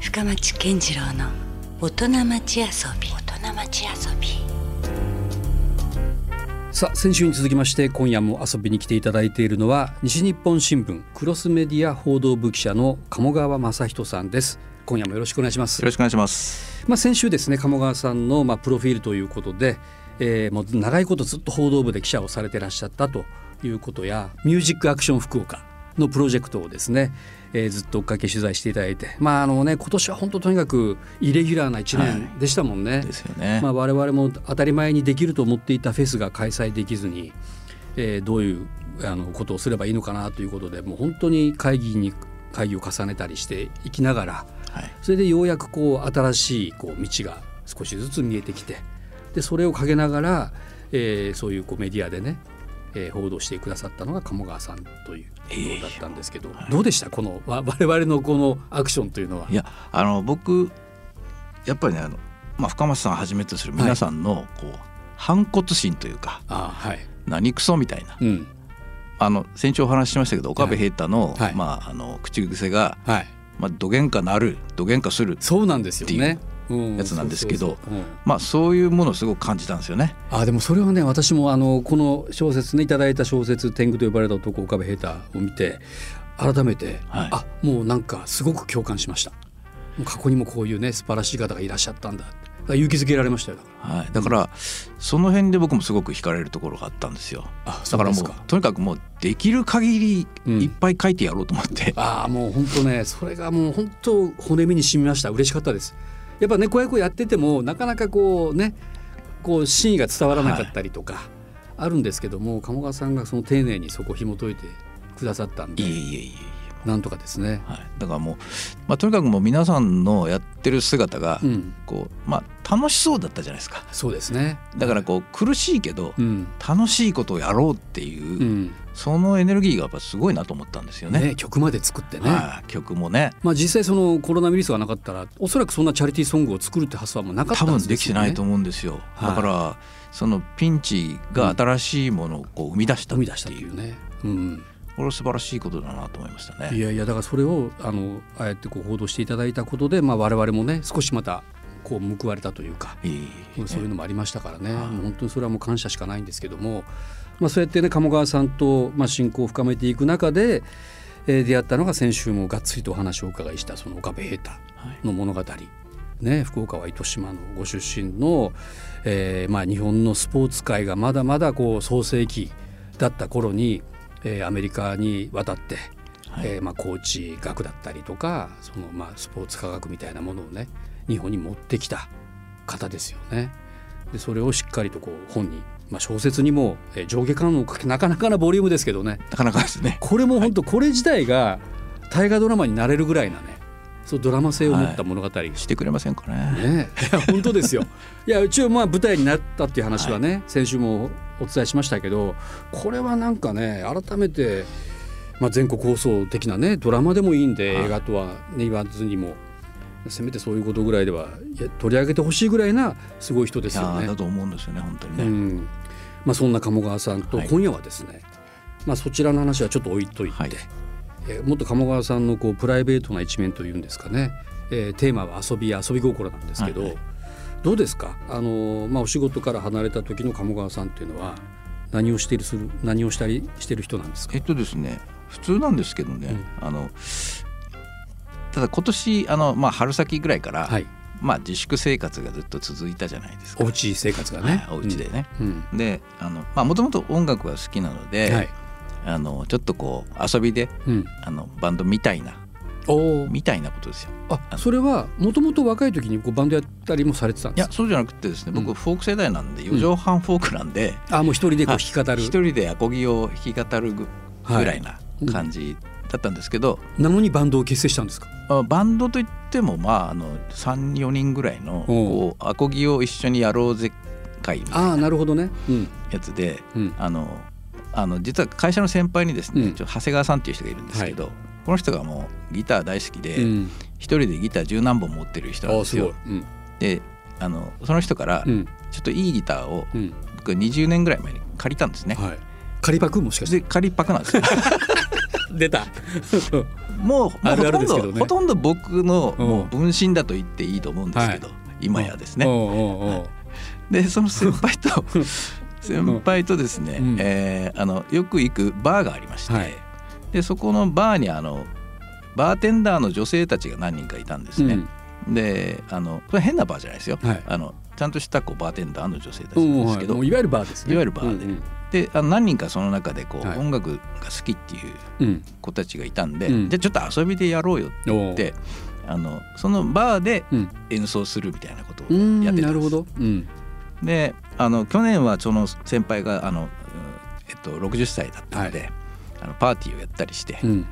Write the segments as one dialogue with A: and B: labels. A: 深町健次郎の大人町遊び大人町遊び
B: さあ先週に続きまして今夜も遊びに来ていただいているのは西日本新聞クロスメディア報道部記者の鴨川雅人さんです今夜もよろしくお願いします
C: よろしくお願いします。
B: まあ先週ですね鴨川さんのまあプロフィールということで、えーもう長いことずっと報道部で記者をされてらっしゃったということやミュージックアクション福岡のプロジェクトをですね、えーずっと追っかけ取材していただいてまああのね今年は本当とにかくイレギュラーな1年でしたもんね。
C: ですよね。
B: まあ、我々も当たり前にできると思っていたフェスが開催できずに、えーどういうあのことをすればいいのかなということでもう本当に会議に会議を重ねたりしていきながら
C: はい。
B: それでようやくこう新しいこう道が少しずつ見えてきてでそれをかけながら、えーそういうこうメディアでね、えー報道してくださったのが鴨川さんということだったんですけど、どうでしたこのわ我々のこのアクションというのは。
C: いや、あの、僕。やっぱりね、あの、まあ、深松さんをはじめとする皆さんの、こう。反骨心というか、
B: あーはい、
C: 何クソみたいな。
B: うん
C: あの、先週お話ししましたけど、岡部平太の、
B: はい
C: まあ、あの、口癖が。
B: はい、
C: まあ、どげんかなる、どげんかする。
B: そうなんですよね。うん
C: やつなんですけど
B: そうそうそううん
C: まあ、そういうものをすごく感じたんですよね。
B: あでもそれはね私もあのこの小説ねいただいた小説「天狗と呼ばれた男岡部平太」を見て改めて、
C: はい
B: あもうなんかすごく共感しましたもう過去にもこういうね素晴らしい方がいらっしゃったんだだから勇気づけられましたよ
C: はい、だから、その辺で僕もすごく惹かれるところがあったんですよ。
B: あ
C: だからもうとにかくもうできる限り
B: うん
C: いっぱい書いてやろうと思って、
B: ああもう本当ねそれがもう本当骨身に染みました嬉しかったですやっぱね子役をやっててもなかなかこうねこう真意が伝わらなかったりとか、あるんですけども鴨川さんがその丁寧にそこを紐解いてくださったんで
C: いえいえいえいえ
B: なんとかですね
C: はい、だからもう、まあ、とにかくもう皆さんのやってる姿が、
B: うん
C: こうまあ、楽しそうだったじゃないですか
B: そうですね
C: だからこう苦しいけど、
B: うん、
C: 楽しいことをやろうっていう、
B: うん
C: そのエネルギーがやっぱすごいなと思ったんですよね。
B: ね曲まで作ってね、
C: はい曲もね
B: まあ実際そのコロナウイルスがなかったらおそらくそんなチャリティーソングを作るって発想はもうなかった
C: 多
B: は
C: 分
B: ずで
C: ですき
B: よ
C: て
B: ね
C: ないと思うんですよ、
B: はい
C: だからそのピンチが新しいものをこう生み出したっ
B: 生
C: て
B: み出したと
C: い、
B: いううね、うん、
C: これは素晴らしいことだなと思いました
B: い
C: ね。
B: やいやだからそれをあのああやってこう報道していただいたことで、まあ、我々もね少しまたこう報われたというか、
C: いえいえいえ
B: そういうのもありましたからね、もう本当にそれはもう感謝しかないんですけども、まあ、そうやってね鴨川さんと、まあ、親交を深めていく中で、えー出会ったのが先週もがっつりとお話をお伺いしたその岡部平太の物語、ね、福岡は糸島のご出身の、えーまあ、日本のスポーツ界がまだまだこう創世期だった頃に、えーアメリカに渡って。えーまあ、コーチ学だったりとかその、まあ、スポーツ科学みたいなものをね日本に持ってきた方ですよね。でそれをしっかりとこう本に、まあ、小説にも、えー上下巻を書きなかなかなボリュームですけどね
C: なかなかですね。
B: これも本当これ自体が大河ドラマになれるぐらいなねそうドラマ性を持った物語、
C: してくれませんかね。
B: ねえ、いや本当ですよ。いや一応まあ舞台になったっていう話はね、先週もお伝えしましたけどこれはなんかね改めて、まあ、全国放送的なねドラマでもいいんで、
C: はい
B: 映画とは、ね、言わずにもせめてそういうことぐらいではいや取り上げてほしいぐらいなすごい人で
C: い
B: す
C: や
B: よ
C: ー
B: ね
C: だ。と思うんですよね本当に
B: う
C: ね。
B: んまあ、そんな鴨川さんと
C: はい
B: 今夜はですね、まあ、そちらの話はちょっと置いといて、
C: はい
B: えーもっと鴨川さんのこうプライベートな一面というんですかね、えーテーマは遊びや遊び心なんですけど、
C: はいは
B: どうですか、あのーまあ、お仕事から離れた時の鴨川さんっていうのは何をしているする何をしたりしてる人なんですか
C: えっとですね普通なんですけどね、あのただ今年あの、まあ、春先ぐらいから、
B: はい
C: まあ、自粛生活がずっと続いたじゃないですか
B: おうち生活がね、
C: はいお家でね。
B: うん、
C: であのまあもともと音楽が好きなの
B: う
C: で、
B: んはい、
C: あのちょっとこう遊びで
B: うん、
C: あのバンドみたいな
B: おー
C: みたいなことですよ。
B: あそれはもともと若い時にこうバンドやったりもされてたん
C: い
B: です
C: や
B: か
C: そうじゃなくてですね
B: う
C: 僕
B: ん
C: フォーク世代なんで4畳半フォークなんで、
B: あもう一人でこう弾き語る、
C: 一人でアコギを弾き語るぐ
B: はい
C: ぐらいな感じだったんですけど、
B: なのにバンドを結成したんですか。
C: あバンドといってもまああの34人ぐらいの
B: おう
C: こうアコギを一緒にやろうぜ会みたいな
B: ああ、なるほどね。うん、
C: やつで
B: うん、
C: あのあの実は会社の先輩にですね、
B: うん
C: ちょっと長谷川さんっていう人がいるんですけど、この人がもうギター大好きで一、
B: うん、
C: 人でギター十何本持ってる人
B: あ
C: な
B: ー
C: んです
B: すごい
C: よ。。
B: うん、
C: であのその人から
B: うん、
C: ちょっといいギターを
B: うん、
C: 僕20年ぐらい前に借りたんですね。
B: はい。仮パクもしかして。
C: で借りっぱくなんですよ。
B: 出た
C: もうもう
B: あるある
C: ほと
B: で
C: ん
B: すけ
C: ど
B: どね
C: ほとんど僕の
B: うん
C: もう分身だと言っていいと思うんですけど、今やですね。
B: おうおうおう
C: でその先輩 と先輩とですね、
B: うん
C: えーあのよく行くバーがありまして、
B: はい
C: でそこのバーにあのバーテンダーの女性たちが何人かいたんですね。であのこれ変なバーじゃないですよ、
B: はい
C: あのちゃんとしたこうバーテンダーの女性たち
B: う
C: なん
B: ん
C: で
B: は
C: す
B: い
C: けど、
B: もういわゆるバーですね
C: いわゆるバーで
B: うん
C: であの何人かその中でこう、
B: はい
C: 音楽が好きってい
B: う
C: う
B: ん
C: 子たちがいたんで、
B: うん
C: じゃあちょっと遊びでやろうよって
B: うんおう
C: であのそのバーで
B: うん
C: 演奏するみたいなことを
B: うん
C: やってたんで
B: なる
C: す。
B: ほどうん
C: であの去年はその先輩があの、うんえっと、60歳だったので、あのパーティーをやったりして、
B: うん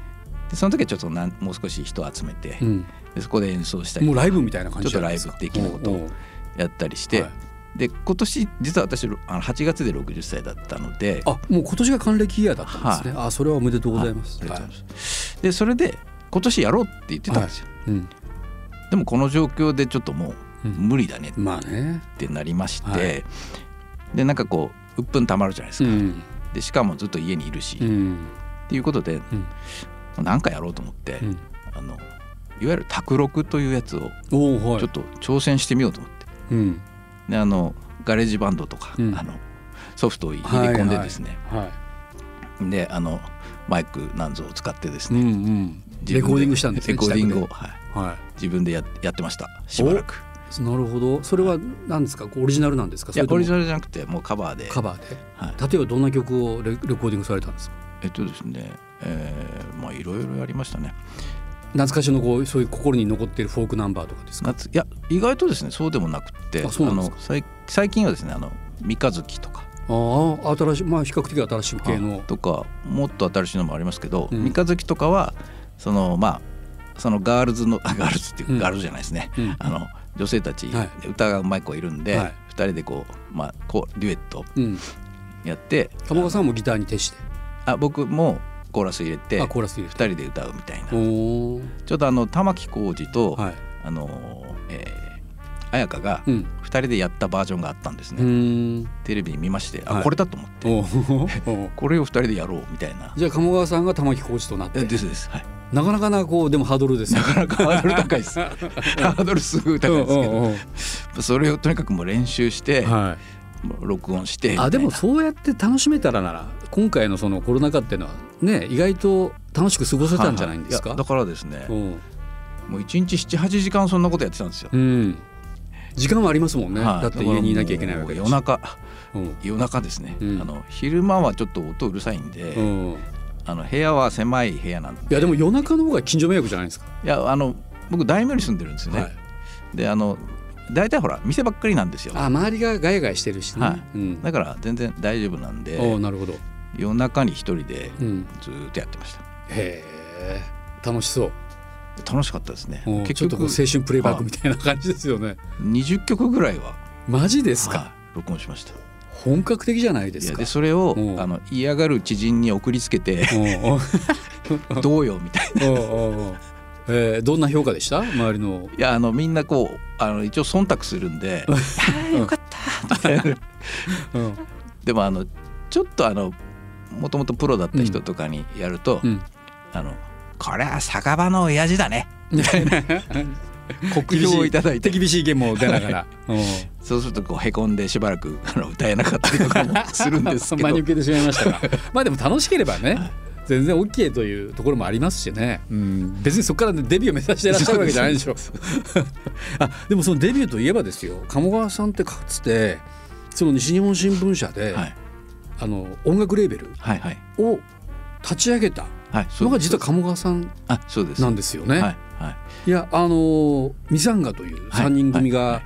C: でその時はちょっとなんもう少し人を集めて、
B: うん
C: でそこで演奏した
B: もう
C: り
B: ライブみたいな感じ
C: ちょっとライ
B: じゃ
C: ブ
B: ない
C: 的なこと
B: おう
C: を
B: おう
C: やったりして、
B: はい
C: で今年実は私あの8月で60歳だったので
B: あもう今年が還暦イヤーだったんですね、あそれはおめでとうございます、
C: ありがとう
B: は
C: ございますでそれで今年やろうって言ってたんですよ、
B: いうん
C: でもこの状況でちょっとも
B: う
C: う
B: ん
C: 無理だね
B: まあね
C: ってなりまして、
B: はい
C: でなんかこう鬱憤たまるじゃないです
B: う
C: か、
B: ん
C: でしかもずっと家にいるし、
B: う
C: っ
B: ん
C: ていうことで
B: うん
C: 何かやろうと思って、
B: うん
C: あのいわゆる卓録というやつを
B: おおはい
C: ちょっと挑戦してみようと思って、
B: うん
C: であのガレージバンドとか、
B: うん
C: あのソフトを入れ込んでですね、
B: は
C: であのマイクなんぞを使ってです
B: い、う
C: ね、
B: んうん
C: 自
B: レ
C: 分で
B: コーディングしたんですね
C: レコーディングを、
B: 自
C: はい、
B: 宅では
C: 自分でややってましたしばらく
B: いなるほどそれは何ですかこうオリジナルなんですか
C: いやオリジナ
B: ル
C: ルじゃなくてもうカバーで
B: カバーで
C: はい、
B: 例えばどんな曲をレレコーディングされたんですか
C: えっとですねえーまあいろいろやりましたね
B: 懐かしのこうそういう心に残っているフォークナンバーとかですか
C: 夏いや意外とですねそうでもなくって
B: あそうなんです
C: の最最近はですねあの三日月とか
B: ああ新しいまあ比較的新しい系の
C: とかもっと新しいのもありますけど、
B: うん
C: 三日月とかはそのまあそのガールズのあガールズっていうか
B: うん
C: ガールズじゃないですね、
B: うん
C: あの女性たち、
B: はい
C: 歌がうまい子いるんで、
B: はい
C: 二人でこう,、まあ、こうデュエット
B: うん
C: やって
B: 鴨川さんもギターに徹して
C: あ僕もコーラス入れて
B: あコーラス入れて
C: 二人で歌うみたいな
B: おお
C: ちょっとあの玉置浩二と、
B: はい
C: あのえー彩香が
B: うん
C: 二人でやったバージョンがあったんです
B: う
C: ね、
B: ん
C: テレビに見ましてあ、
B: はい
C: これだと思って
B: おーおー
C: これを二人でやろうみたいな。
B: じゃあ鴨川さんが玉置浩二となっ
C: え
B: て
C: ですですはい
B: なかなかなこうでも ハードルですよ
C: なかなかハードル高いです。ハードルすごい高いですけ
B: うんう
C: ど、
B: んうん
C: それをとにかくもう練習して、
B: はい
C: 録音してみたいな。
B: あでもそうやって楽しめたらなら今回のそのコロナ禍っていうのはね意外と楽しく過ごせたんじゃないんですか、
C: ははやだからですね
B: う、ん
C: もう一日七八時間そんなことやってたんですよ。
B: うん時間はありますもんね、
C: はい
B: だって家にいなきゃいけないわけ
C: だ
B: だ
C: か
B: し
C: らもう
B: うん
C: 夜中夜中ですね。
B: うん
C: あの昼間はちょっと音うるさいんで、
B: うん、い
C: あの部屋は狭い部屋なんで。
B: やでも夜中の方が近所迷惑じゃないですか、
C: いやあの僕大名に住んでるんですよね。
B: はい、
C: であの大体ほら店ばっかりなんですよ。
B: あ周りがガヤガヤしてるしね、
C: はい
B: うん、
C: だから全然大丈夫なんで、
B: おーなるほど、
C: 夜中に一人で
B: うん、
C: ずーっとやってました。
B: へえ楽しそう
C: 楽しかったですね
B: お。ーちょ
C: 結
B: っとこう
C: 局
B: 青春プレイバックみたいな感じですよね
C: 20曲ぐらいは
B: マジですか、
C: はい録音しました。
B: 本格的じゃないで
C: い
B: す
C: や
B: か
C: でそれを
B: うん
C: あの嫌がる知人に送りつけて
B: おう
C: どうよみたいな。
B: おうおうおうえーどんな評価でした周りの
C: いやあのみんなこうあの一応忖度するんで あーよかったみたいな
B: うん
C: でもあのちょっとあのもともとプロだった人とかにやると、
B: うん
C: あのこれは酒場の親父だねみたいな 酷評をいただいて
B: 厳しい意見も出ながらうん
C: そうするとこうへこんでしばらくあの歌えなかったりとかもするんです けど
B: 真に受けてしまいました がまあでも楽しければね全然 OK というところもありますしね、うん、別にそこからねデビューを目指してらっしゃるわけじゃないでし ょあでもそのデビューといえばですよ鴨川さんってかつてその西日本新聞社で、
C: はい
B: あの音楽レーベル
C: はいはい
B: を立ち上げた
C: はいそ
B: の
C: う
B: が
C: です
B: 実は鴨川さん
C: あそうです
B: なんですよね。
C: はいはい
B: いやあのーミサンガという
C: はい
B: 3人組
C: は
B: が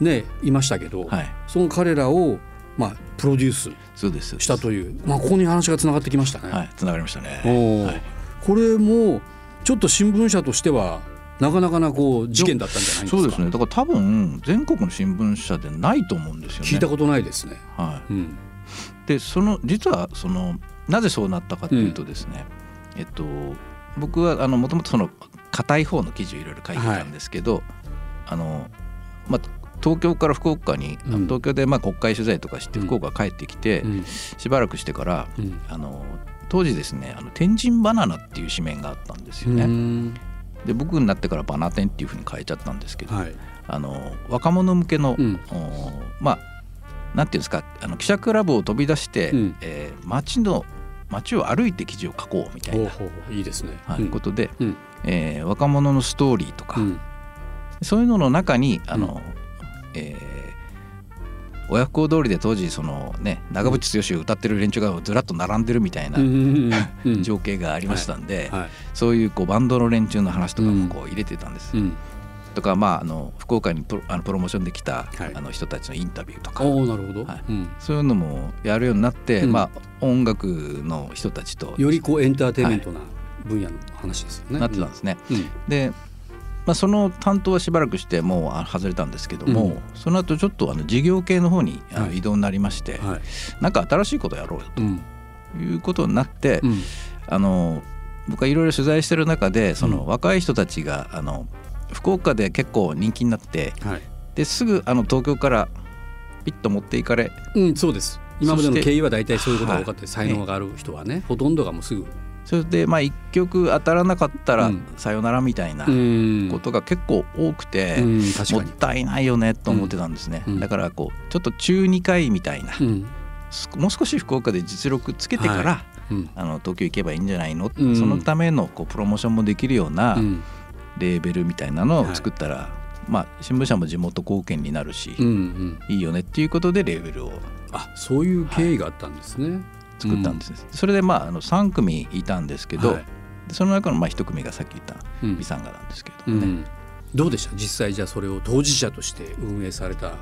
B: ね、いましたけど、
C: はい
B: その彼らを、まあ、プロデュース
C: そうですそうです
B: したという、まあ、ここに話がつながってきましたね。
C: はいつながりましたね
B: おー
C: はい
B: これもちょっと新聞社としてはなかなかなこう事件だったんじゃないですか
C: そうですねだから多分全国の新聞社でないと思うんですよね
B: 聞いたことないですね。
C: は
B: うん
C: い、でその実はそのなぜそうなったかというとですね、えっと僕はもともとその硬い方の記事をいろいろ書いてたんですけど、あのまあ東京から福岡に、
B: うん
C: 東京でまあ国会取材とかして
B: うん
C: 福岡帰ってきて、
B: うん
C: しばらくしてから
B: うん
C: あの当時ですねあの天神バナナっていう紙面があったんですよ
B: う
C: ね。
B: ん
C: で僕になってからバナテンっていうふうに変えちゃったんですけど、
B: はい。
C: あの若者向けの、
B: うん
C: おまあなんていうんですかあの記者クラブを飛び出して、
B: うん
C: えー街の街を歩いて記事を書こうみたい
B: ほう
C: な、
B: ほういいですね。
C: はい
B: うん
C: ことで、
B: うん
C: えー若者のストーリーとか、
B: うん
C: そういうのの中にあの、えー親不孝通りで当時その、ね、長渕剛を歌ってる連中がずらっと並んでるみたいな
B: うんうん うんうん
C: 情景がありましたんで、
B: はい。
C: そういうこうバンドの連中の話とかもこう入れてたんです、
B: うん。
C: とか、まあ、あの福岡にプロあのプロモーションできた、
B: はい
C: あの人たちのインタビューとか
B: おおなるほど。
C: はい
B: うん。
C: そういうのもやるようになって、
B: うん
C: まあ、音楽の人たちと
B: よりこうエンターテインメントな分野の話ですよね。
C: なってたんですね。
B: うん。
C: で、まあ、その担当はしばらくしてもうあ外れたんですけども、
B: うん
C: その後ちょっとあの事業系の方にあの
B: はい
C: 移動になりまして、
B: うんはい。
C: なんか新しいことやろうよ
B: うん。
C: ということになって、
B: うん。
C: あの僕はいろいろ取材してる中でそうの
B: ん
C: 若い人たちがあの福岡で結構人気になって
B: はい。
C: ですぐあの東京からピッと持っていかれ
B: うん、そうです。今までの
C: そして
B: 経緯は大体そういうことが多かったです。
C: はい
B: 才能がある人はね、ほとんどがもうすぐ。
C: それでまあ1曲当たらなかった
B: う
C: ら
B: ん
C: さよならみたいな
B: うん
C: ことが結構多くて、
B: うん、確
C: も
B: か
C: っ
B: に。
C: たいないよねと思ってたんですね、
B: うんうん
C: だからこうちょっと中2回みたいな、
B: うん。
C: すもう少し福岡で実力つけてから、
B: うん。
C: あの東京行けばいいんじゃないの、
B: うん
C: そのためのこうプロモーションもできるような
B: うん。
C: レーベルみたいなの
B: は
C: を
B: い
C: 作ったら、まあ、新聞社も地元貢献になるし、
B: うん。うん。
C: いいよねっていうことでレーベルを
B: あ、そういう経緯があったんですね。
C: 作ったんですね、それでまああの3組いたんですけど、
B: はい
C: その中のまあ1組がさっき言った
B: うん
C: 美さんがなんですけ
B: う
C: どね、
B: ん。どうでした実際じゃあそれを当事者として運営された
C: だか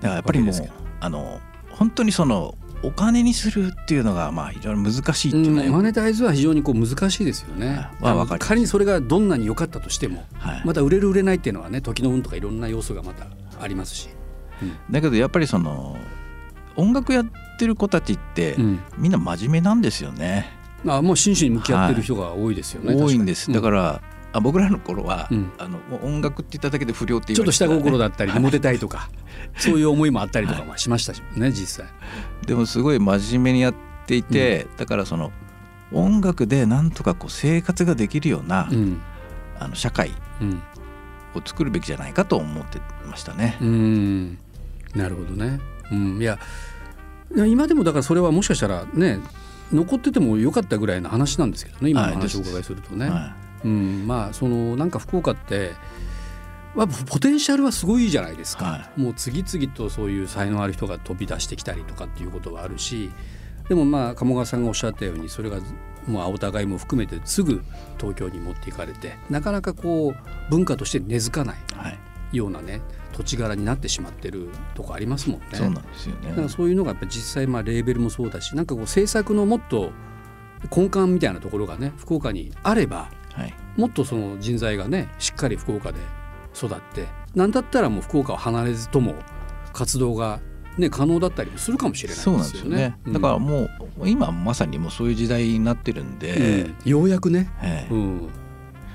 C: らやっぱりも
B: わ
C: う
B: けです
C: あの本当にそのお金にするっていうのがまあ非常に難しいっていうのは
B: うん
C: よく、
B: マネタイズは非常にこう難しいですよね
C: はい。まあわかります
B: 仮にそれがどんなに良かったとしても、
C: はい
B: また売れる売れないっていうのはね時の運とかいろんな要素がまたありますし、
C: だけどやっぱりその音楽やってる子たちって、
B: うん
C: みんな真面目なんですよね
B: あもう真摯に向き合ってる人が多いですよね。、
C: 多いんですだからら、あ僕らの頃は、
B: うん
C: あのもう音楽って言っただけで不良って
B: ちょ
C: 言
B: っ
C: わ
B: と
C: れて
B: 下
C: たね、
B: 心だ ったり、モテたいとかそういう思いもあったりとかもしましたしね実際。
C: でもすごい真面目にやっていて、だからその音楽でなんとかこう生活ができるような、
B: うん
C: あの社会
B: うん
C: を作るべきじゃないかと思ってましたね。
B: うんなるほどね。うん、いや今でもだからそれはもしかしたらね残ってても良かったぐらいの話なんですけどね今の話をお伺いするとね。
C: は
B: うん、まあそのなんか福岡って、まあ、ポテンシャルはすごいじゃないですか、
C: は
B: もう次々とそういう才能ある人が飛び出してきたりとかっていうことはあるしでもまあ鴨川さんがおっしゃったようにそれがもう青田買いも含めてすぐ東京に持っていかれてなかなかこう文化として根付かない
C: い、はい
B: ようなね土地柄になってしまってるとこありますもんね。
C: そうなんですよ
B: だから
C: ね。
B: そういうのがやっぱ実際まあレーベルもそうだしなんかこう制作のもっと根幹みたいなところがね福岡にあれば
C: はい、
B: もっとその人材がねしっかり福岡で育ってなんだったらもう福岡を離れずとも活動が、ね、可能だったりもするかもしれないです
C: そう
B: よね。
C: なんですよね。だからもう今まさにもうそういう時代になってるんで、
B: うんうんようやくね、
C: はい
B: うん、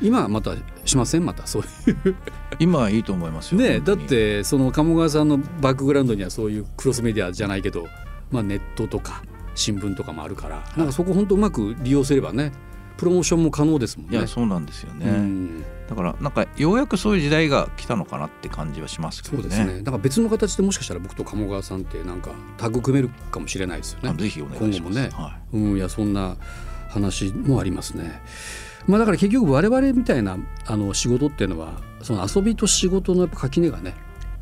B: 今はまたしませんまたそうい
C: 今はいいと思います
B: う
C: よ。
B: ね
C: 本
B: だ
C: 当
B: っ
C: に
B: てその鴨川さんのバックグラウンドにはそういうクロスメディアじゃないけど、まあ、ネットとか新聞とかもあるから、なんかそこ本当うまく利用すればねプロモーションも可能ですもん
C: い
B: ね。
C: やそうなんですよね。
B: うん
C: だからなんかようやくそういう時代が来たのかなって感じはしますけ
B: そ
C: ど
B: う
C: ね。
B: ですねだから別の形でもしかしたら僕と鴨川さんってなんかタッグ組めるかもしれないです
C: あ
B: よね。
C: ぜひお願いし
B: 今後も
C: ます。
B: ね
C: は
B: うん、いやそんな話もありますね。まあ、だから結局我々みたいなあの仕事っていうのはその遊びと仕事のやっぱ垣根がね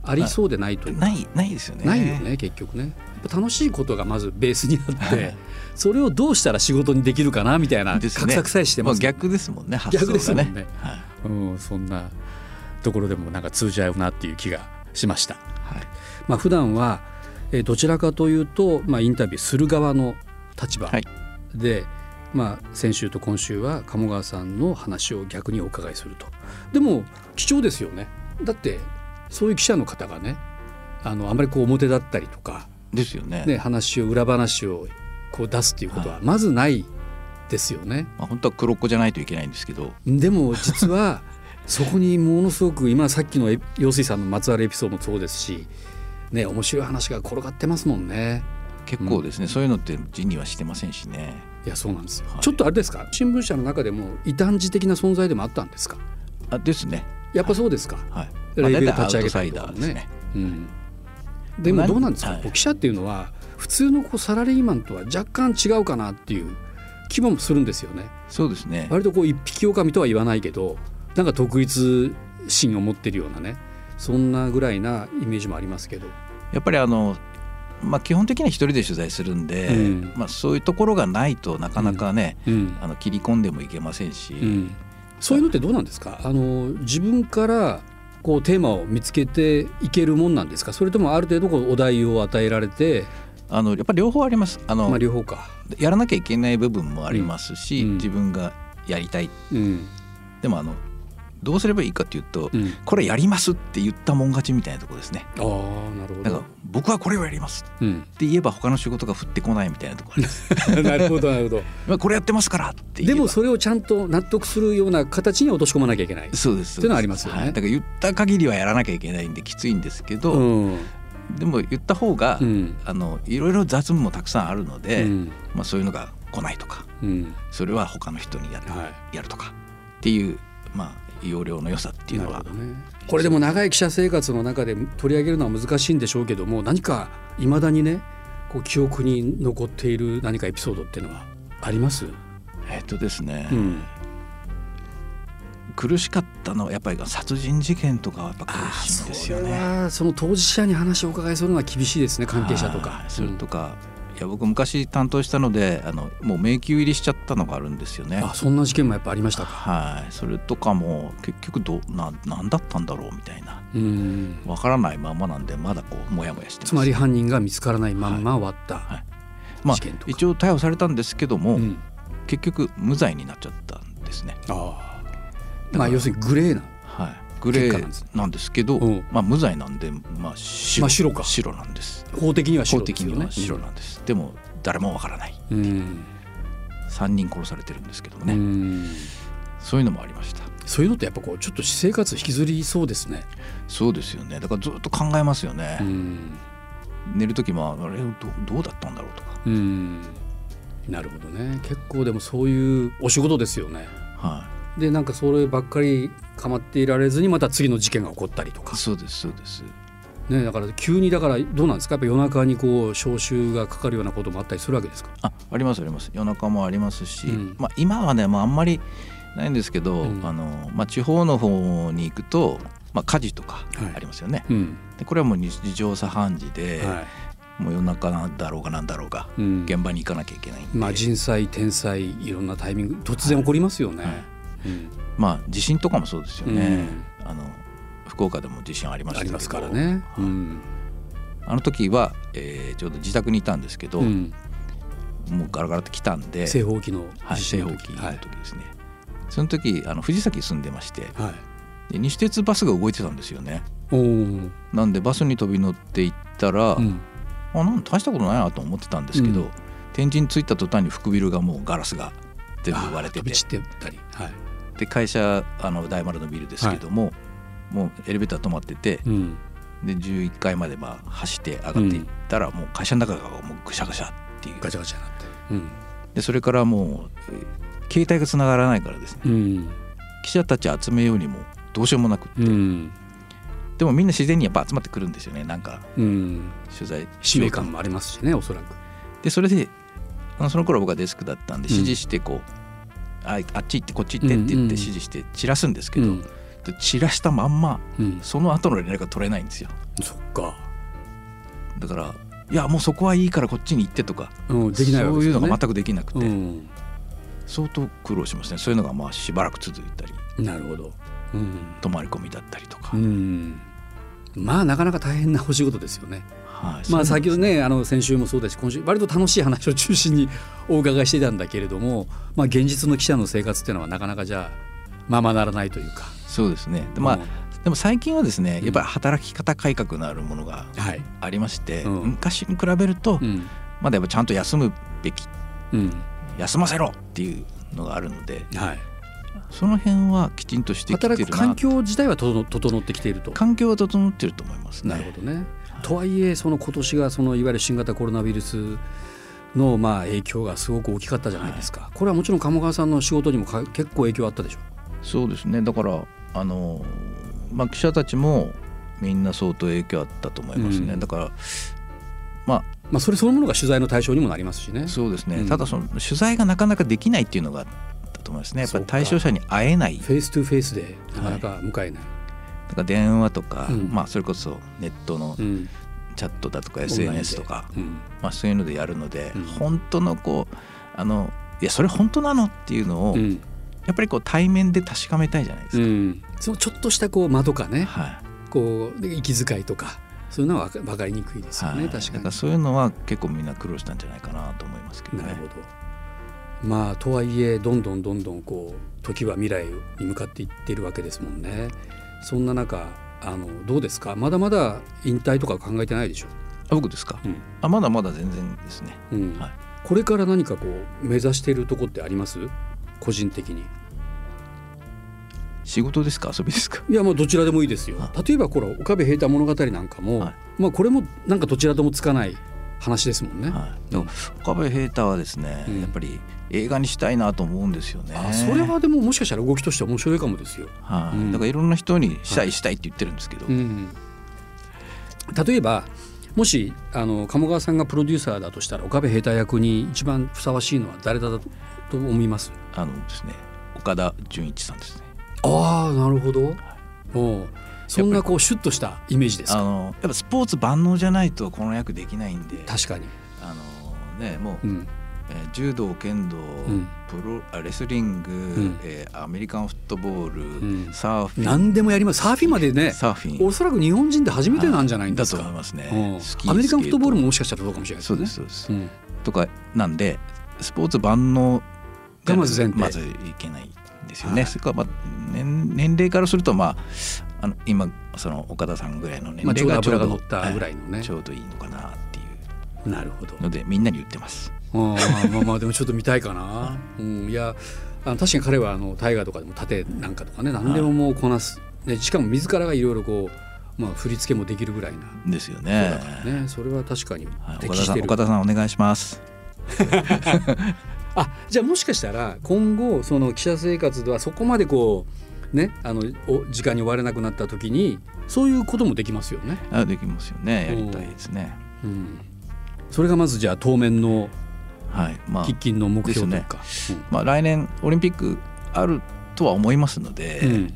B: ありそうでないと
C: い、
B: いうか
C: ないないですよね。
B: ないよ。ね結局ね。やっぱ楽しいことがまずベースにあっ
C: は
B: て
C: い
B: それをどうしたら仕事にできるかなみたいな画
C: ですね
B: 策さえして
C: ま
B: ま
C: あ
B: すよね
C: 逆ですもんね。発想が
B: 逆ですもんね
C: はい
B: うん、そんなところでもなんか通じ合うなっていう気がしました。
C: はい
B: まあ普段はえーどちらかというと、まあ、インタビューする側の立場
C: はい
B: で、まあ、先週と今週は鴨川さんの話を逆にお伺いするとでも貴重ですよねだってそういう記者の方がねあのあまりこう表だったりとか、
C: ですよね。
B: ね、話を裏話をこう出すっていうことはまずないですよね。
C: まあ本当は黒っ子じゃないといけないんですけど。
B: でも実 はそこにものすごく今さっきのえ陽水さんのまつわるエピソードもそうですし、ね、面白い話が転がってますもんね。
C: 結構ですね、そういうのって字にはしてませんしね
B: いやそうなんです、
C: はい
B: ちょっとあれですか新聞社の中でも異端児的な存在でもあったんですか
C: あですね
B: やっぱそうですか、
C: はい
B: レベル
C: まあ大体
B: 立ち上げた
C: ア
B: りとか
C: ウトサイダー
B: ね
C: ですね
B: うん、でもどうなんですか、
C: はい
B: こう記者っていうのは普通のこうサラリーマンとは若干違うかなっていう気もするんですよね
C: そうですね
B: 割とこう一匹狼とは言わないけどなんか独立心を持ってるようなねそんなぐらいなイメージもありますけど、
C: やっぱりあの、まあ、基本的には一人で取材するんで、
B: うん
C: まあ、そういうところがないとなかなかね、
B: うん
C: あの切り込んでもいけませんし、
B: うん、そういうのってどうなんですかあの自分からこうテーマを見つけていけるもんなんですかそれともある程度こうお題を与えられて、
C: あのやっぱり両方ありますあの、
B: まあ、両方か。
C: やらなきゃいけない部分もありますし、
B: うん
C: 自分がやりたい
B: うん
C: でもあのどうすればいいかっていうと、
B: うん、
C: これやりますって言ったもん勝ちみたいなところですね
B: ああなるほ
C: だ
B: ど
C: から。僕はこれをやります
B: うん
C: って言えば他の仕事が降ってこないみたいなところです
B: なるほどなるほど。
C: まあこれやってますからって言え
B: で
C: ば
B: もそれをちゃんと納得するような形に落とし込まなきゃいけない。
C: そうです
B: っていうのはありますよね
C: はいだから言った限りはやらなきゃいけないんできついんですけど、
B: うん
C: でも言った方が、
B: うん
C: あのいろいろ雑務もたくさんあるの
B: う
C: で、
B: ん
C: まあ、そういうのが来ないとか
B: うん
C: それは他の人にやる,、
B: は
C: やるとかっていう、まあ、要領の良さって
B: い
C: いう
B: な
C: の
B: るほ
C: は
B: どね。これでも長い記者生活の中で取り上げるのは難しいんでしょうけども何かいまだにねこう記憶に残っている何かエピソードっていうのはあります、
C: えっとですね、
B: うん、
C: 苦しかったのはやっぱり殺人事件とかはやっぱ苦しいんですよ
B: それ
C: ね。
B: はその当事者に話をお伺いするのは厳しいですね関係者とか
C: はい。それとか、いや僕昔担当したのであのもう迷宮入りしちゃったのがあるんですよ
B: う
C: ね
B: ん。あそんな事件もやっぱありましたか。
C: はい、それとかも結局どな何だったんだろうみたいな
B: うん
C: わからないままなんでまだこうモヤモヤしてます
B: つまり犯人が見つからないまんま終わった。
C: いまあ
B: 事件とか、
C: 一応逮捕されたんですけども、
B: うん
C: 結局無罪になっちゃったんですね、
B: あ
C: ら
B: まあ要するにグレーな
C: はい、グレ
B: 結果なんです
C: ーなんですけど、
B: うん
C: まあ、無罪なんで、まあ白
B: まあ白か
C: 白なんです
B: 法的には
C: 法
B: 白で
C: 的
B: すよ
C: に
B: ね
C: は白なんです、でも誰もわからない
B: うん、
C: 3人殺されてるんですけども
B: う
C: ね、
B: ん
C: そういうのもありました
B: そういうのってやっぱこうちょっと私生活引きずりそうですね。
C: そうですよねだからずっと考えますよね
B: う、ん
C: 寝る時もあれどどうだったんだろうとか、
B: うんなるほどね結構でもそういうお仕事ですよね。
C: は
B: でなんかそればっかり構っていられずにまた次の事件が起こったりとか
C: い、、そうですそうです
B: ね、だから急にだからどうなんですかやっぱ夜中にこう招集がかかるようなこともあったりするわけですか、
C: あありますあります夜中もありますし、
B: うん
C: まあ、今はね、まあ、あんまりないんですけど、
B: うん
C: あのまあ、地方の方に行くと、まあ、火事とか
B: はい
C: ありますよね、
B: うん
C: でこれはもう日常茶飯事で、
B: はい
C: もう夜中なんだろうがなんだろうが、
B: うん、
C: 現場に行かなきゃいけないんで、
B: まあ人災天災いろんなタイミング突然起こりますよね。
C: はい
B: うん
C: まあ、地震とかもそうですよね、あの福岡でも地震ありました
B: あ
C: け
B: り
C: ど
B: ますからね。うん
C: あの時は、えーちょうど自宅にいたんですけど、
B: うん
C: もうガラガラって来たんで
B: 正方形の
C: はい
B: 地
C: 正
B: 震
C: 方
B: の
C: 形
B: 時
C: の
B: はい
C: 時ですね、その時あの藤崎住んでまして
B: はい。
C: で西鉄バスが動いてたんですよね
B: おー
C: なんでバスに飛び乗って行ったら、
B: うん
C: あなん大したことないなと思ってたんですけど、
B: うん
C: 天神着いた途端に福ビルがもうガラスが全部割れて
B: あー飛
C: て
B: び散ってたり。はい。
C: で会社あの大丸のビルですけども、もうエレベーター止まってて
B: うん
C: で11階までまあ走って上がっていったら、もう会社の中がもうぐしゃぐしゃっていう
B: ガチャガチャになって。うん
C: でそれからもうえー携帯が繋がらないからですね
B: うん
C: 記者たち集めようにもどうしようもなく
B: うん
C: でもみんな自然にやっぱ集まってくるんですよねなんか
B: うん
C: 取材し
B: 使
C: よ
B: 命
C: うと思って
B: 感もありますしねおそらく。
C: でそれであのその頃僕はデスクだったんで
B: うん
C: 指示してこう、ああっち行ってこっち行ってって言って
B: うんうん
C: 指示して散らすんですけど、
B: うん
C: で散らしたまんま
B: うん
C: その後の連絡が取れないんですよ
B: そっか。
C: だからいやもうそこはいいからこっちに行ってとか、
B: うんできないわけ
C: そう
B: です
C: いう
B: よ
C: の
B: ね。
C: が全くできなくて、
B: うん
C: 相当苦労しましたねそういうのがまあしばらく続いたり
B: なるほど。うん
C: 泊まり込みだったりとか、
B: うん。まあなかなか大変なお仕事ですよね。
C: はい
B: まあ、
C: そういう
B: 先ほどねあの先週もそうだし今週割と楽しい話を中心にお伺いしてたんだけれども、まあ、現実の記者の生活っていうのはなかなかじゃあままならないというか。
C: そうですねでまあ、
B: うん
C: でも最近はですねやっぱり働き方改革のあるものが
B: はい
C: ありまして、
B: うん
C: 昔に比べると、
B: うん
C: まだやっぱちゃんと休むべき
B: うん
C: 休ませろっていうのがあるので
B: はい、
C: その辺はきちんとしてきてるな
B: 働く環境自体は整整ってきていると。
C: 環境は整ってると思いますね
B: なるほどね、とはいえその今年がそのいわゆる新型コロナウイルスのまあ影響がすごく大きかったじゃないですか、これはもちろん鴨川さんの仕事にもか結構影響あったでしょ
C: そうですねだからあの、まあ、記者たちもみんな相当影響あったと思いますね、
B: うん
C: だからま
B: まあそれそのものが取材の対象にもなりますしね
C: あそうですね、
B: うん
C: ただその取材がなかなかできないっていうのがあったと思いますねやっぱり対象者に会えない
B: フェイストゥフェイスでなかなか向かえない、
C: だから電話とか、
B: うん
C: まあ、それこそネットの
B: うん
C: チャットだとか SNS とか、
B: うん
C: まあ、そういうのでやるので、
B: うん
C: 本当のこうあのいやそれ本当なのっていうのを、
B: う
C: や
B: ん
C: っぱりこう対面で確かめたいじゃないで
B: う
C: すか。
B: ん、そのちょっとしたこう間とかね
C: はい
B: こうで息遣いとかそういうのは分か分かりにくいですよ
C: は
B: ね、
C: い、
B: 確か
C: だ
B: に
C: から。そういうのは結構みんな苦労したんじゃないかなと思いますけど
B: なる
C: ね
B: ほ。ど。まあとはいえどんどんどんどんこう時は未来に向かっていってるわけですもんね。そんな中あのどうですかまだまだ引退とか考えてないでしょ。
C: あ僕ですか、
B: うん
C: あまだまだ全然ですね。
B: うん
C: はい
B: これから何かこう目指しているとこってあります個人的に。
C: 仕事ですか遊びですか。
B: いやまあどちらでもいいですよ
C: は。
B: 例えばこれ岡部平太物語なんかも、
C: はい
B: まあこれもなんかどちらともつかない話ですもんね。
C: はい、
B: う
C: で
B: ん
C: も岡部平太はですね、
B: うん
C: やっぱり映画にしたいなと思うんですよね。
B: あそれはでももしかしたら動きとしては面白いかもですよ。
C: はい、
B: うん
C: だからいろんな人にした
B: はい
C: いしたいって言ってるんですけど、
B: うん、例えばもしあの鴨川さんがプロデューサーだとしたら岡部平太役に一番ふさわしいのは誰だと思います
C: あのですね岡田准一さんですね。
B: ああなるほど、おうそんなこうシュッとしたイメージです
C: あ
B: か
C: のやっぱスポーツ万能じゃないとこの役できないんで、
B: 確かに、
C: あのねも
B: う
C: う、
B: ん
C: えー柔道剣道、
B: ん
C: プロあレスリング、
B: ん
C: えーアメリカンフットボール、
B: うん
C: サーフィン
B: 何でもやりますサーフィンまでね
C: サーフィン
B: おそらく日本人で初めてなんじゃないんですか、
C: だと思いますね
B: うん。
C: スキー
B: アメリカンフットボール
C: ス
B: ももしかしたらそうかもしれな
C: ケー
B: い
C: トそうです
B: ね、
C: そうで
B: う
C: す。
B: ん
C: とかなんでスポーツ万能
B: がまず前提
C: まずいけないんですよね。
B: はい
C: それからまあ年年齢からするとまああの今その岡田さんぐらいの年
B: まあ、
C: 齢
B: ちょうど油が
C: がちょうど
B: 乗ったぐらいのね、
C: はいちょうどいいのかなっていう
B: なるほど
C: のでみんなに言ってます。
B: あーまあまあでもちょっと見たいかな、うん、いやあの確かに彼はあの大河とかでも盾なんかとかね何でももうこなす、ね、しかも自らがいろいろこう、まあ、振り付けもできるぐらいな、
C: ですよね。
B: だからねそれは確かに
C: はい岡
B: 適
C: 田
B: し
C: さん
B: てる、
C: 岡田さんお願いします。
B: あじゃあもしかしたら今後その記者生活ではそこまでこうねあのお時間に追われなくなった時にそういうこともできますよね。
C: あできますよね。やりたいですね。
B: うん、それがまずじゃあ当面の
C: はい。まあ
B: 喫緊の目標というか。
C: まあ来年オリンピックあるとは思いますので、
B: うんうん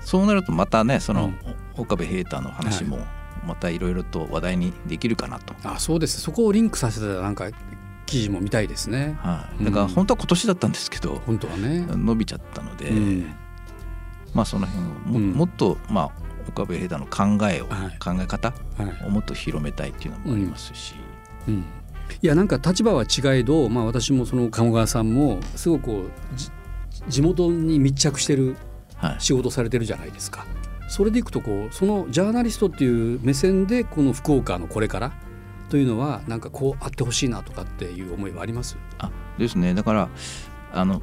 C: そうなるとまたねその、
B: うん
C: 岡部平太の話もまたいろいろと話題にできるかなと。
B: あそうですそこをリンクさせたなんか記事も見たいですね
C: はい、だから
B: うん
C: 本当は今年だったんですけど、
B: 本当はね、
C: 伸びちゃったので、
B: うん
C: まあその辺を
B: う
C: も,、
B: ん
C: もっとまあ岡部平太の考えを、
B: はい
C: 考え方
B: はい
C: をもっと広めたいっていうのもありますし、
B: うん、いやなんか立場は違えど、まあ、私もその鴨川さんもすごくこうじ地元に密着してる
C: はい、
B: 仕事されてるじゃないですかそれでいくとこうそのジャーナリストっていう目線でこの福岡のこれからというのはなんかこうあってほしいなとかっていう思いはあります
C: あですねだからあの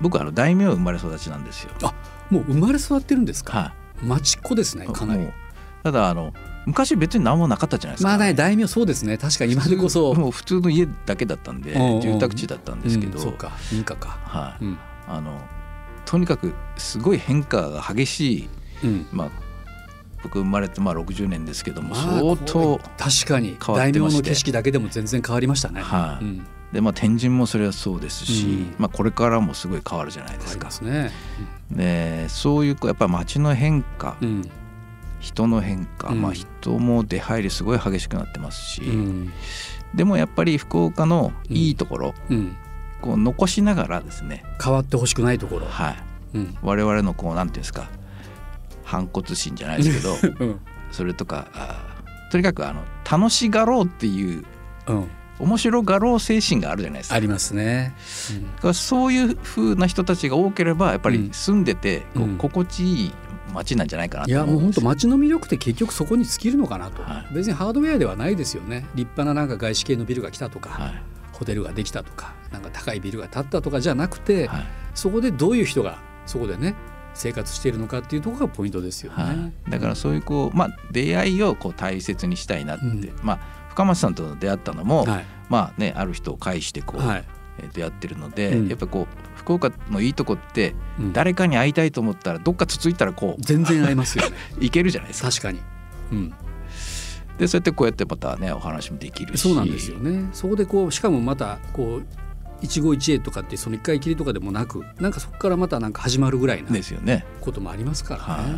C: 僕はあの大名生まれ育ちなんですよ。
B: もう生まれ育ってるんですか
C: は
B: 町っ子ですね
C: い、
B: かな
C: も
B: り
C: うただあの昔別に何もなかったじゃないですか。
B: まあね大名そうですね確かに今でこそ
C: もう普通の家だけだったんで
B: うんうん
C: 住宅地だったんですけど、
B: うんそうか民家か、
C: はい、
B: うん
C: あのとにかくすごい変化が激しい、
B: うん、
C: まあ、僕生まれてまあ60年ですけども、
B: まあ
C: 相
B: こ
C: 当
B: う確かに
C: 変わっ
B: 大
C: て
B: 名
C: まし
B: の
C: て
B: 景色だけでも全然変わりましたね。
C: はい
B: うん、
C: で、まあ、天神もそれはそうですし、
B: うん
C: まあ、これからもすごい変わるじゃない
B: 変
C: で
B: わ
C: す
B: り
C: か
B: ま。すね。
C: でそういうこうやっぱ街の変化、
B: うん、
C: 人の変化、
B: うん
C: まあ、人も出入りすごい激しくなってますし、
B: うん、
C: でもやっぱり福岡のいいところ、
B: うん、
C: こう残しながらですね、
B: 変わってほしくないところ。
C: はい、
B: うん、
C: 我々のこうなんていうんですか反骨心じゃないですけど
B: うん、
C: それとかあーとにかくあの楽しがろうっていう
B: うん、
C: 面白がろう精神があるじゃないですか
B: あ。りますね。
C: だからそういう風な人たちが多ければやっぱ
B: うん
C: り住んでて、こう
B: うん
C: 心地いい街なんじゃないかない
B: や
C: と
B: もう
C: 思うん
B: 本
C: です
B: 当街の魅力って結局そこに尽きるのかなと、
C: は
B: 別にハードウェアではないですよね立派ななんか外資系のビルが来たとか、
C: はい
B: ホテルができたとかなんか高いビルが建ったとかじゃなくて、
C: はい
B: そこでどういう人がそこでね生活しているのかっていうところがポイントですよね。
C: はい、だからそういうこう、まあ、出会いをこう大切にしたいなって、
B: うん
C: まあ、深町さんと出会ったのも、
B: はい
C: まあね、ある人を介してこう、
B: はい
C: えーとやってるので、
B: うん
C: やっぱこう福岡のいいとこって
B: うん
C: 誰かに会いたいと思ったらどっかつついたらこ
B: 全然合いますよ ね
C: ういけるじゃないですか。
B: 確かに、うん、
C: でそうやってこうやってまたねお話もできるし
B: そうなんですよねそこでこうしかもまたこう一期一会とかってその一回きりとかでもなくなんかそこからまたなんか始まるぐらいな
C: ですよね。
B: こともありますから
C: は
B: ね。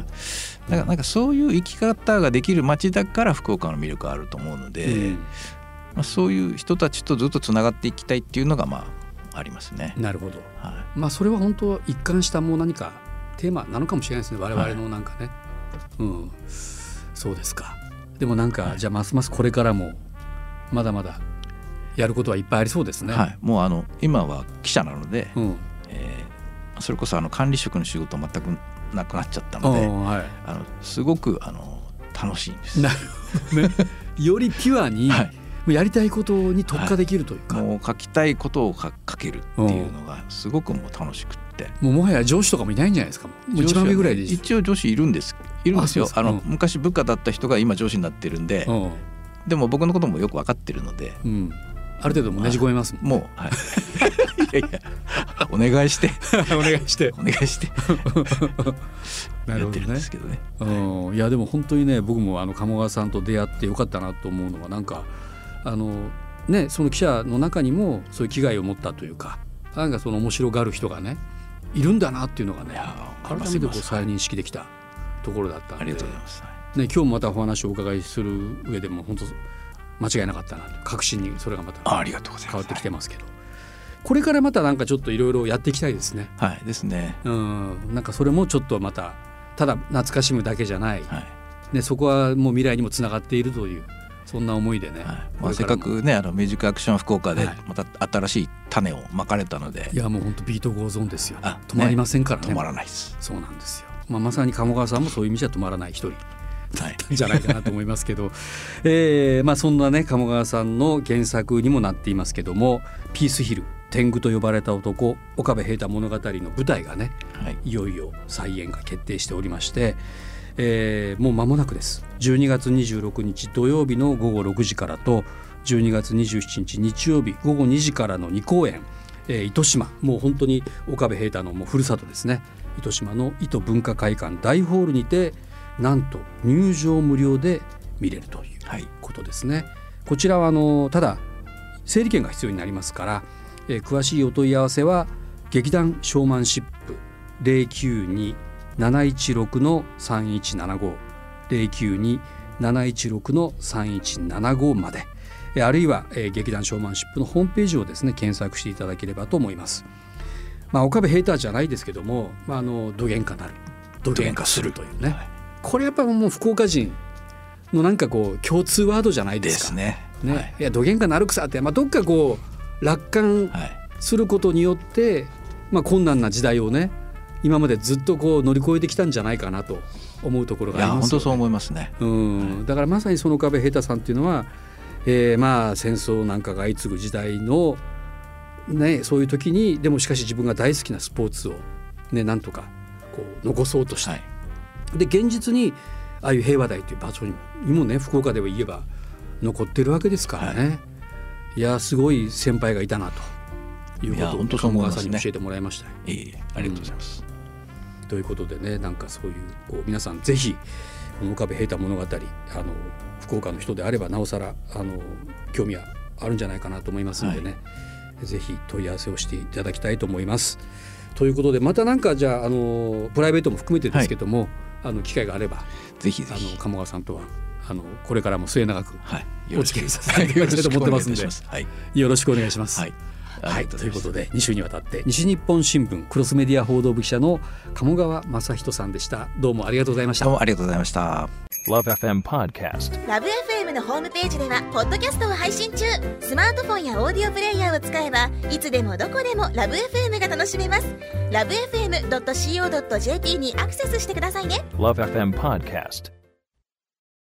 C: い、だからなんかそういう生き方ができる街だから福岡の魅力はあると思うので、まあ、そういう人たちとずっとつながっていきたいっていうのがまあありますね
B: う。んなるほど
C: は
B: まあそれは本当一貫したもう何かテーマなのかもしれないですね我々のなんかね、うんそうですかでもなんか、じゃあますますこれからもまだまだやることはいっぱいありそうです
C: い
B: ね、
C: はい、もうあの今は記者なので、
B: うん
C: えーそれこそあの管理職の仕事は全くなくなっちゃった
B: あ
C: ので
B: ーは
C: あのすごくあの楽しいんで
B: い
C: す。
B: なるほど ねよりピュアに、
C: はい
B: もうやりたいことに特化できるというか、
C: もう書きたいことを書書けるっていうのがすごくもう楽しくって。
B: もうもはや上司とかもいないんじゃないですかもう一番上ぐらいでいい
C: 一応女子いるんですいるんですよ
B: あ
C: あ
B: そうですか
C: の、
B: うん
C: 昔部下だった人が今上司になってるんで、
B: うん
C: でも僕のこともよく分かってるので
B: うん、ある程度もねじ込めますもん
C: もう、はい、いやいやお願いして
B: お願いして
C: お願いして
B: な
C: や
B: る
C: っ
B: ほ
C: て
B: ど
C: るんで
B: ね
C: すけどね
B: うん、いやでも本当にね僕もあの鴨川さんと出会ってよかったなと思うのはなんかあのねその記者の中にもそういう危害を持ったというかなんかその面白がる人がねいるんだなっていうのがね
C: や
B: 改
C: ー
B: めてこう再認識できたところだったん
C: あ
B: で
C: りが
B: ね
C: とうございます、はい
B: 今日もまたお話をお伺いする上でも本当間違いなかったなと確信にそれがまた
C: あありがとうございます
B: 変わってきてますけどこれからまたなんかちょっといろいろやっていきたいですね。
C: はいですね
B: うん、なんかそれもちょっとまたただ懐かしむだけじゃない
C: はい、
B: ね、そこはもう未来にもつながっているというそんな思いでね、
C: はい
B: こ
C: まあ、
B: れ
C: せっ
B: らも
C: かくねあのミュージックアクション福岡で
B: はい
C: また新しい種をまかれたので、
B: いやもう本当ビートゴーゾーンですよ
C: あ
B: 止まりませんからね
C: 止まらないです、
B: そうなんですよ、まあ、まさに鴨川さんもそういう意味じゃ止まらない一人
C: はい、
B: じゃないかなと思いますけ ど、えーまあ、そんなね鴨川さんの原作にもなっていますけども「ピースヒル天狗と呼ばれた男岡部平太物語」の舞台がね
C: はい、
B: いよいよ再演が決定しておりまして、えーもう間もなくです12月26日土曜日の午後6時からと12月27日日曜日午後2時からの2公演、えー糸島もう本当に岡部平太のもうふるさとですね糸島の糸文化会館大ホールにてなんと入場無料で見れるという
C: はい
B: ことですね。こちらはあのただ整理券が必要になりますから、えー詳しいお問い合わせは劇団ショーマンシップ0 9 2 7 1 6の3175 0 9 2 7 1 6の3175まで、えーあるいは、えー劇団ショーマンシップのホームページをですね検索していただければと思います。まあ岡部ヘイターじゃないですけども、まああのどげんかなる、どげんかするというね。
C: はい
B: これやっぱもう福岡人のなんかこう共通ワードじゃないで
C: です
B: か
C: す。ね
B: ねい、やどげんかなるくさって、まあ、どっかこう楽観
C: はい、はい
B: することによって、まあ、困難な時代をね今までずっとこう乗り越えてきたんじゃないかなと思うところ
C: い
B: があ
C: や
B: りま
C: 本
B: すよ
C: 当そう思いますね
B: うん、だからまさにその壁平太さんっていうのは、えーまあ戦争なんかが相次ぐ時代の、ね、そういう時にでもしかし自分が大好きなスポーツを、ね、なんとかこう残そうとして、
C: はい
B: で現実にああいう平和台という場所にもにもね福岡では言えば残ってるわけですからね、い、やすごい先輩がいたなというこ
C: いや
B: とを
C: 本当そう
B: 鴨
C: 思い
B: 川
C: ま
B: さ
C: す
B: ん
C: ね
B: に教えてもらいましたよ。
C: えいえありがとうございます、
B: ということでねなんかそういうこう皆さんぜひこの岡部平太物語あの福岡の人であればなおさらあの興味はあるんじゃないかなと思いますんでね、ぜひ問い合わせをしていただきたいと思います。ということでまたなんかじゃああのプライベートも含めてですけども、あの機会があれば
C: ぜひ
B: あ
C: ぜひ
B: の鴨川さんとはあのこれからも末永く
C: はい、
B: お付き合いさせていただきたいと思ってますんで
C: よろしくお願いいたし
B: よろしくお願いしま
C: ます
B: す。
C: はい、
B: は
C: はい、あり
B: い、
C: が
B: と
C: と
B: いうう
C: ご
B: こ
C: ざ
B: と
C: い
B: で2週にわたって西日本新聞クロスメディア報道部記者の鴨川正人さんでしたどうもありがとうございまし
C: ます
B: た
C: どうもありがとうございました。
D: Love FM Podcast.
E: ラブ f m のホームページではポッドキャストを配信中スマートフォンやオーディオプレイヤーを使えばいつでもどこでもラブ f m が楽しめますラブ FM.co.jp にアクセスしてくださいね
D: Love FM Podcast.